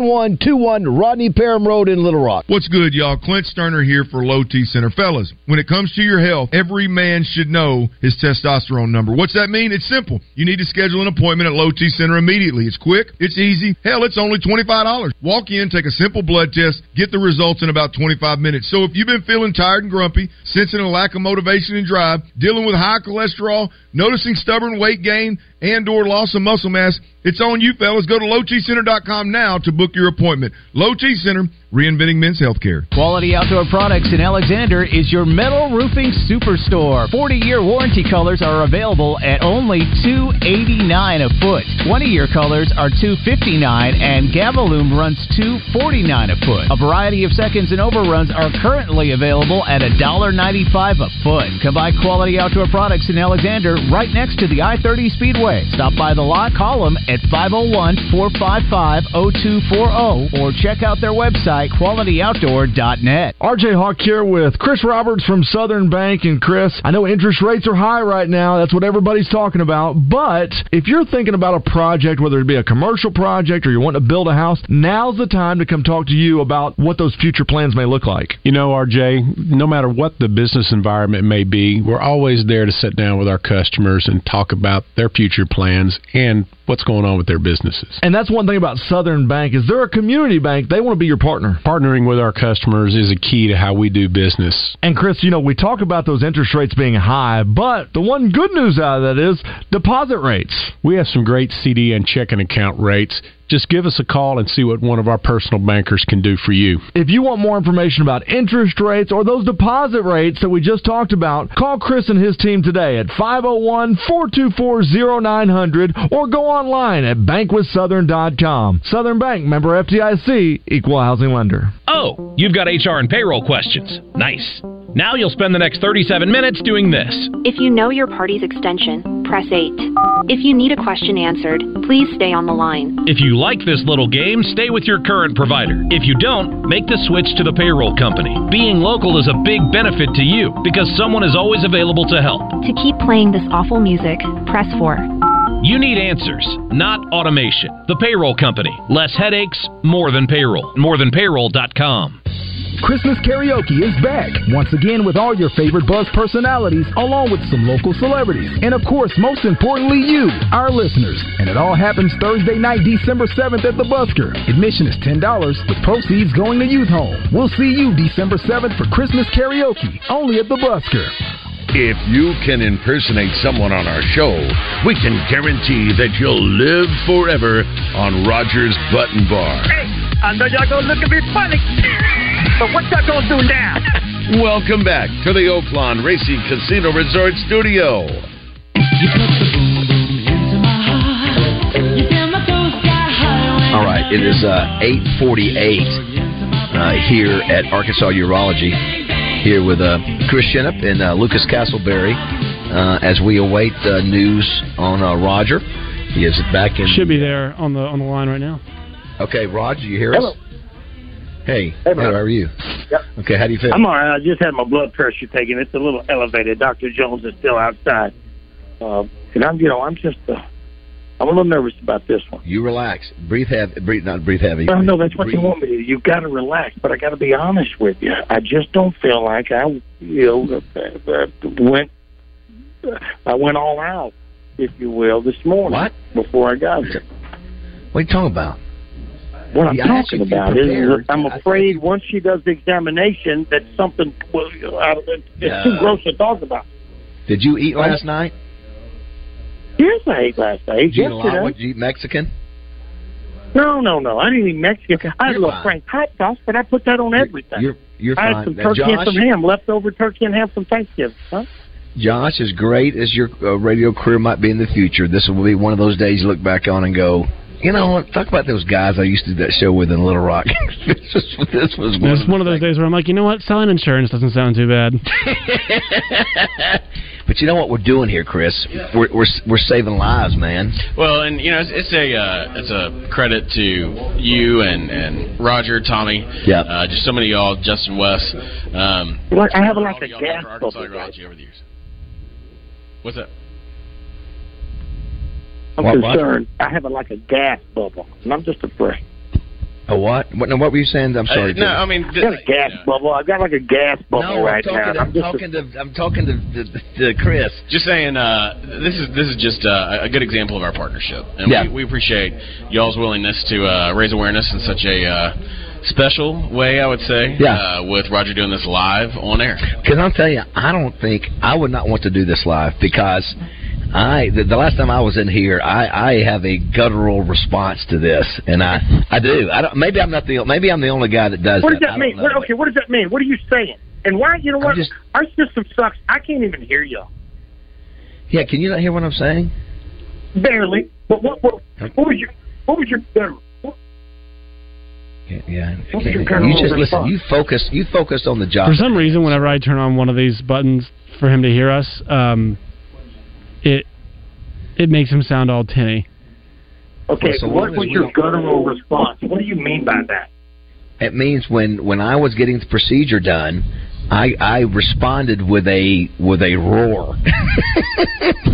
11121 Rodney Parham Road in Little Rock. What's good, y'all? Clint Sterner here for Low T Center. Fellas, when it comes to your health, every man should know his testosterone number. What's that mean? It's simple. You need to schedule an appointment at Low T Center immediately. It's quick, it's easy. Hell, it's only $25. Walk in, take a simple blood test, get the results in about 25 minutes. So if you've been feeling tired and grumpy, sensing a lack of motivation and drive, dealing with high cholesterol, noticing stubborn weight gain, and or loss of muscle mass, it's on you, fellas. Go to lowtcenter.com now to book your appointment. Low T Center, reinventing men's healthcare. Quality Outdoor Products in Alexander is your metal roofing superstore. 40 year warranty colors are available at only $289 a foot. 20 year colors are $259 and Gavaloom runs $249 a foot. A variety of seconds and overruns are currently available at $1.95 a foot. Come buy Quality Outdoor Products in Alexander right next to the I 30 Speedway. Stop by the lot, call them at 501 455 0240 oh, or check out their website, qualityoutdoor.net. RJ Hawk here with Chris Roberts from Southern Bank. And Chris, I know interest rates are high right now. That's what everybody's talking about. But if you're thinking about a project, whether it be a commercial project or you want to build a house, now's the time to come talk to you about what those future plans may look like. You know, RJ, no matter what the business environment may be, we're always there to sit down with our customers and talk about their future plans and what's going on with their businesses. And that's one thing about Southern Bank is they're a community bank. They want to be your partner. Partnering with our customers is a key to how we do business. And Chris, you know, we talk about those interest rates being high, but the one good news out of that is deposit rates. We have some great CD and checking account rates just give us a call and see what one of our personal bankers can do for you. If you want more information about interest rates or those deposit rates that we just talked about, call Chris and his team today at 501 424 0900 or go online at bankwithsouthern.com. Southern Bank member FDIC, equal housing lender. Oh, you've got HR and payroll questions. Nice. Now you'll spend the next 37 minutes doing this. If you know your party's extension, press 8. If you need a question answered, please stay on the line. If you like this little game, stay with your current provider. If you don't, make the switch to the payroll company. Being local is a big benefit to you because someone is always available to help. To keep playing this awful music, press 4. You need answers, not automation. The payroll company. Less headaches, more than payroll. Morethanpayroll.com. Christmas karaoke is back once again with all your favorite buzz personalities, along with some local celebrities, and of course, most importantly, you, our listeners. And it all happens Thursday night, December 7th at the Busker. Admission is $10, with proceeds going to Youth Home. We'll see you December 7th for Christmas karaoke, only at the Busker. If you can impersonate someone on our show, we can guarantee that you'll live forever on Roger's Button Bar. I know y'all gonna look at me funny, but what y'all gonna do now? Welcome back to the Oakland Racing Casino Resort Studio. All right, it is uh, 848 uh, here at Arkansas Urology, here with uh, Chris Shinup and uh, Lucas Castleberry uh, as we await uh, news on uh, Roger. He is back in. Should be there on the on the line right now. Okay, Roger, you hear us? Hello. Hey, Hey, how Roger. are you? Yep. Okay, how do you feel? I'm all right. I just had my blood pressure taken. It's a little elevated. Doctor Jones is still outside, uh, and I'm, you know, I'm just, uh, I'm a little nervous about this one. You relax. Breathe heavy. Breathe not breathe heavy. I know that's what you Breathe. want me to. do. You got to relax, but I got to be honest with you. I just don't feel like I, you know, uh, uh, went, I went all out, if you will, this morning. What? Before I got here. What are you talking about? What I'm Yeah, I talking should be about is prepared. I'm afraid once she does the examination that something well, I don't- it's too Yeah. gross to talk about. Did you eat last night? Yes, I ate last night. Did you eat a lot? Yesterday. What, did you eat Mexican? No, no, no. I didn't eat Mexican. I had a You're little Frank hot sauce, but I put that on everything. You're you're I fine. had some Now, turkey Josh? and some ham, leftover turkey and ham from Thanksgiving. Huh? Josh, as great as your uh, radio career might be in the future, this will be one of those days you look back on and go, you know what? Talk about those guys I used to do that show with in Little Rock. this, was, this was one. It's one of those days where I'm like, you know what? Selling insurance doesn't sound too bad. But you know what we're doing here, Chris? We're we're, we're saving lives, man. Well, and you know, it's, it's a uh, it's a credit to you and and Roger, Tommy, yeah, uh, just so many of y'all, Justin West. Um, Like, I have like a gas Arkansas bubble. right Urology over the years. What's up? I'm What, what? concerned. I have a, like a gas bubble, and I'm just afraid. A what? What, now, what were you saying? Uh, I'm sorry. Jim. mean, I got a gas bubble. I got like a gas bubble I'm right talking now. to- and I'm just talking to I'm talking to, to, to Chris. Just saying, uh, this is this is just uh, a good example of our partnership, and Yeah. we, we appreciate y'all's willingness to uh, raise awareness in such a uh, special way. I would say, Yeah. uh, with Roger doing this live on air. Because I'll tell you, I don't think I would not want to do this live because I the, the last time I was in here, I I have a guttural response to this, and I I do. I don't. Maybe I'm not the maybe I'm the only guy that does. What does that. that mean? What, okay, what does that mean? What are you saying? And why? You know what? Our system sucks. I can't even hear you. Yeah, can you not hear what I'm saying? Barely. But what? What, what was your? What was your? Yeah, yeah. What's you your just guttural listen. response? You focus. You focused on the job. For some reason, whenever I turn on one of these buttons for him to hear us, um, it it makes him sound all tinny. Okay. what was your guttural response? What do you mean by that? It means when when I was getting the procedure done, I I responded with a with a roar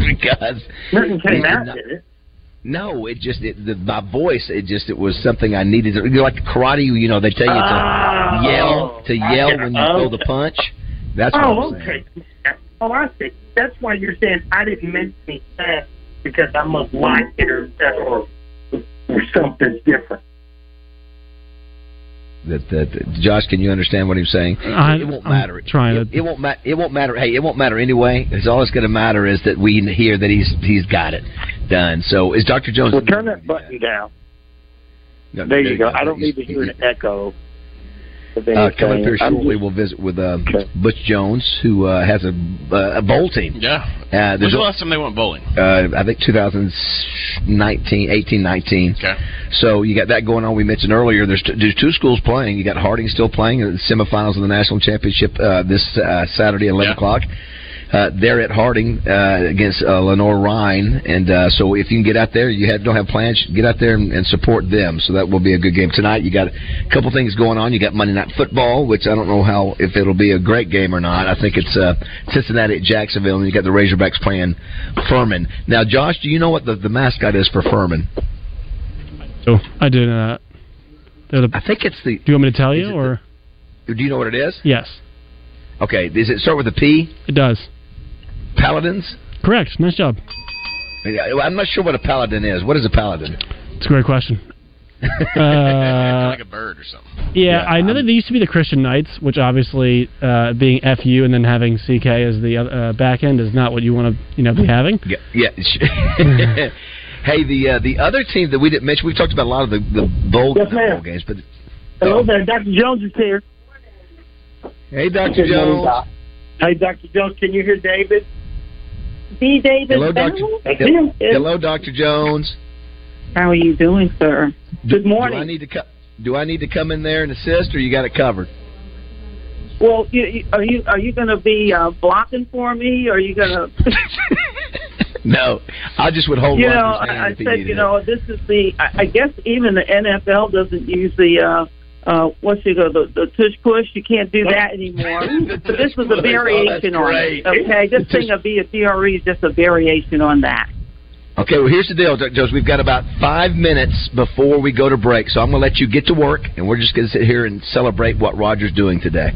because Nothing came It- it out, not- did it? No, it just it, the, my voice. It just it was something I needed. To, like karate, you know, they tell you to yell to I yell get it. when you throw Oh. the Okay. punch. That's what I'm oh, saying. okay. Oh, I see. That's why you're saying I didn't mention any that because I must like it or, or, or something's different. That, that, that- Josh, can you understand what he's saying? I- it won't I'm matter. trying it, it won't matter. It won't matter. Hey, it won't matter anyway. It's all that's going to matter is that we hear that he's he's got it done. So is Doctor Jones? Well, turn that button down. No, There you go. I don't need to hear an echo. of Uh, coming anything. up here I'm shortly, we'll visit with uh, Butch Jones, who uh, has a, uh, a bowl team. Yeah. Uh, When's there's the a- last time they went bowling? uh, I think 2019, 18, 19. Okay. So you got that going on. We mentioned earlier. There's, t- there's two schools playing. You got Harding still playing in the semifinals of the national championship uh, this uh, Saturday at 11 o'clock. Uh, they're at Harding uh, against uh, Lenore Rhine, and uh, so if you can get out there, you have, don't have plans, get out there and, and support them. So that will be a good game tonight. You got a couple things going on. You got Monday Night Football, which I don't know how if it'll be a great game or not. I think it's uh, Cincinnati at Jacksonville, and you got the Razorbacks playing Furman. Now, Josh, do you know what the, the mascot is for Furman? So I do know that. They're The, I think it's the. Do you want me to tell you or Do you know what it is? yes? Okay, does it start with a P? It does. Paladins. Correct. Nice job. Yeah, well, I'm not sure what a paladin is. What is a paladin? It's a great question. Uh, a bird or something. yeah, I know that they used to be the Christian Knights, which obviously uh, being FU and then having CK as the uh, back end is not what you want to you know be having. Yeah. Yeah. sh- hey, the uh, the other team that we didn't mention, we've talked about a lot of the the bowl, not bowl games, but Hello there, Dr. Jones is here. Hey, Dr. Jones. Hey, Dr. Jones, can you hear David? D. David hello, Doctor. Bell? Hello, Doctor Jones. How are you doing, sir? Good morning. Do I need to co- do I need to come in there and assist, or you got it covered? Well, you, you, are you are you going to be uh, blocking for me? Or are you going to? No, I just would hold you Roger's know, hand I, I if he said, needed you know, this is the. I, I guess even the NFL doesn't use the. Uh, uh, what's it go the, the tush push? You can't do that anymore. So this was push. Oh, a variation that's on great. it. Okay, this thing of be a DRE E is just a variation on that. it. Okay, well here's the deal, Dr. Jones. We've got about five minutes before we go to break, so I'm going to let you get to work, and we're just going to sit here and celebrate what Roger's doing today.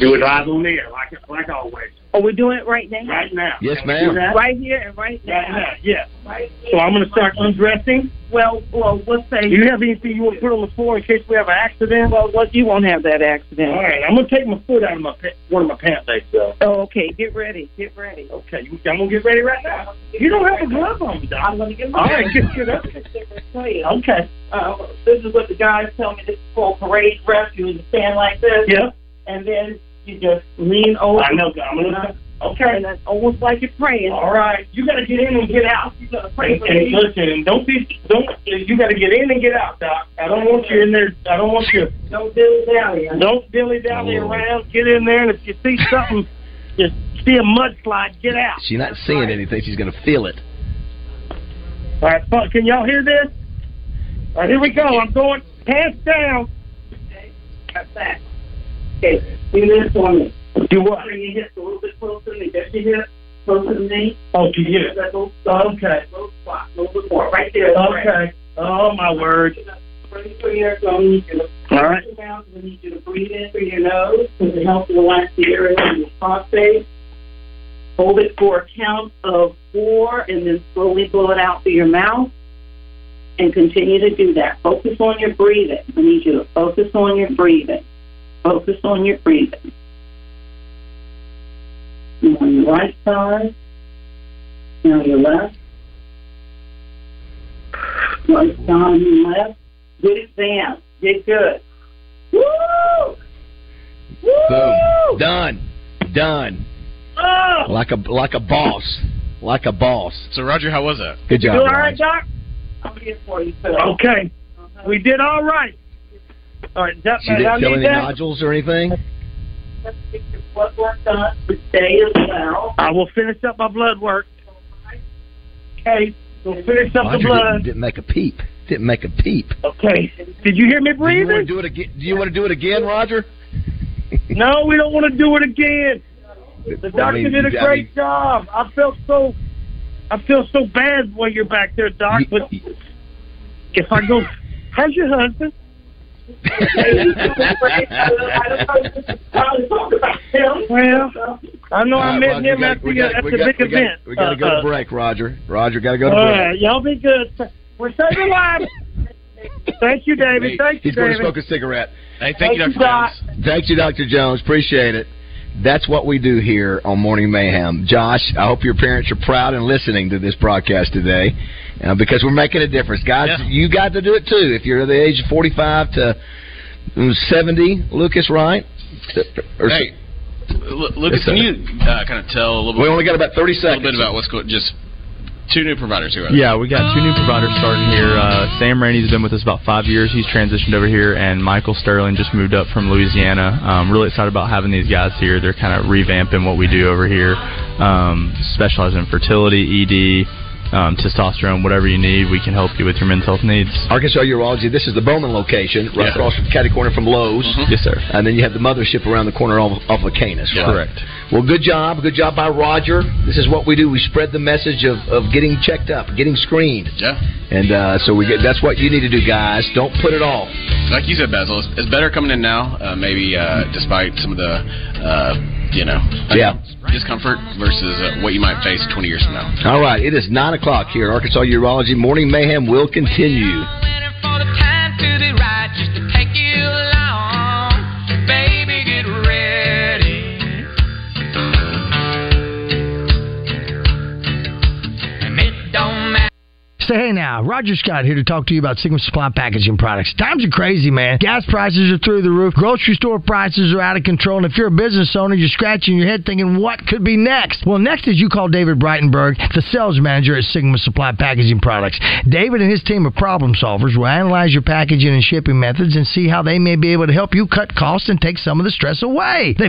Do it live on air, like like always. Are we doing it right now? Right now. Yes, ma'am. Right here and right now. Right now, yeah. So I'm going to start undressing. Well, well, let's say. Do you have anything you want to put on the floor in case we have an accident? Well, what you won't have that accident. All right, I'm going to take my foot out of my pa- one of my pant legs, though. Oh, okay. Get ready. Get ready. Okay, you- I'm going to get ready right now. You don't have a glove on, though. I'm going to get All right, get, get up. Okay. Uh, this is what the guys tell me. This is called parade rest. You stand like this. Yeah. And then you just lean over. I know, I'm gonna- okay. And that's almost like you're praying. All right, you got to get in and get out. You gotta pray And, for and me. listen, and don't be, don't. You got to get in and get out, Doc. I don't want you in there. I don't want you. Don't dilly dally. Don't dilly dally Oh. around. Get in there, and if you see something, just see a mudslide. Get out. She's not seeing anything. She's going to feel it. All right, fuck, can y'all hear this? All right, here we go. I'm going hands down. Cut back. Okay. Do this for me. Do what? Bring your hips a little bit closer to me. Just your hips closer to me. Oh, to you. That little spot. Okay. Little spot. Little bit more. Right there. Okay. Oh my word. Breathe through your so I need you to All right. your mouth. I need you to breathe in through your nose to help relax the area in your prostate. Hold it for a count of four and then slowly blow it out through your mouth and continue to do that. Focus on your breathing. I need you to focus on your breathing. Focus on your breathing. And on your right side, now your left. Right side and left. Good exam. Get good. Woo! Boom. Done. Done. Oh! Like a like a boss. Like a boss. So Roger, how was that? Good job. You all Ryan. right, Doc? I'm here for you, Phil. Okay. We did all right. All right, that, She didn't I feel need any that. nodules or anything. Let's get your blood work done today as well. I will finish up my blood work. Okay. We'll finish up the Roger blood. Didn't, didn't make a peep. Didn't make a peep. Okay. Did you hear me breathing? Do you want to do it again? Do you want to do it again, Roger? No, we don't want to do it again. The doctor mean, did a I great mean- job. I felt so, I feel so bad while you're back there, doc. But if I go, how's your husband? well, I know I All right, met Roger, him we gotta- after we you- gotta- at we the gotta- big we gotta- event. We got to go Uh, to break, Roger. Roger, got to go All to break. right, y'all be good. We're saving lives. Thank you, David. Thank you, He's going to David. smoke a cigarette. Hey, thank you, Thank you, Dr. Doc. Thank you, Dr. Jones. Appreciate it. That's what we do here on Morning Mayhem. Josh, I hope your parents are proud and listening to this broadcast today uh, because we're making a difference. Guys, you got to do it too. If you're the age of 45 to mm, 70, Lucas, right? Or- Hey, Lu- Lucas, It's can a- you uh, kind of tell a little bit? We only got about 30 A little bit about what's going Just two new providers here. Yeah, we got two new providers starting here. Uh, Sam Rainey's been with us about five years. He's transitioned over here, and Michael Sterling just moved up from Louisiana. Um, really excited about having these guys here. They're kind of revamping what we do over here, um, specializing in fertility, ED, um, testosterone, whatever you need. We can help you with your men's health needs. Arkansas Urology, this is the Bowman location, right Yes, sir. Mm-hmm. across from catty corner from Lowe's. Yes, sir. And then you have the mothership around the corner off, off of Canis, right? Correct. Well, good job. Good job by Roger. This is what we do. We spread the message of, of getting checked up, getting screened. Yeah. And uh, so we get, that's what you need to do, guys. Don't put it off. Like you said, Basil, it's, it's better coming in now. Uh, maybe uh, despite some of the, uh, you know, Yeah. discomfort versus uh, what you might face 20 years from now. All right. It is 9 o'clock here at Arkansas Urology. Morning Mayhem will continue. time to be right just to take you along. Baby, get ready. And it don't matter. Say hey now, Roger Scott here to talk to you about Sigma Supply Packaging Products. Times are crazy, man. Gas prices are through the roof. Grocery store prices are out of control. And if you're a business owner, you're scratching your head thinking, what could be next? Well, next is you call David Breitenberg, the sales manager at Sigma Supply Packaging Products. David and his team of problem solvers will analyze your packaging and shipping methods and see how they may be able to help you cut costs and take some of the stress away. They've got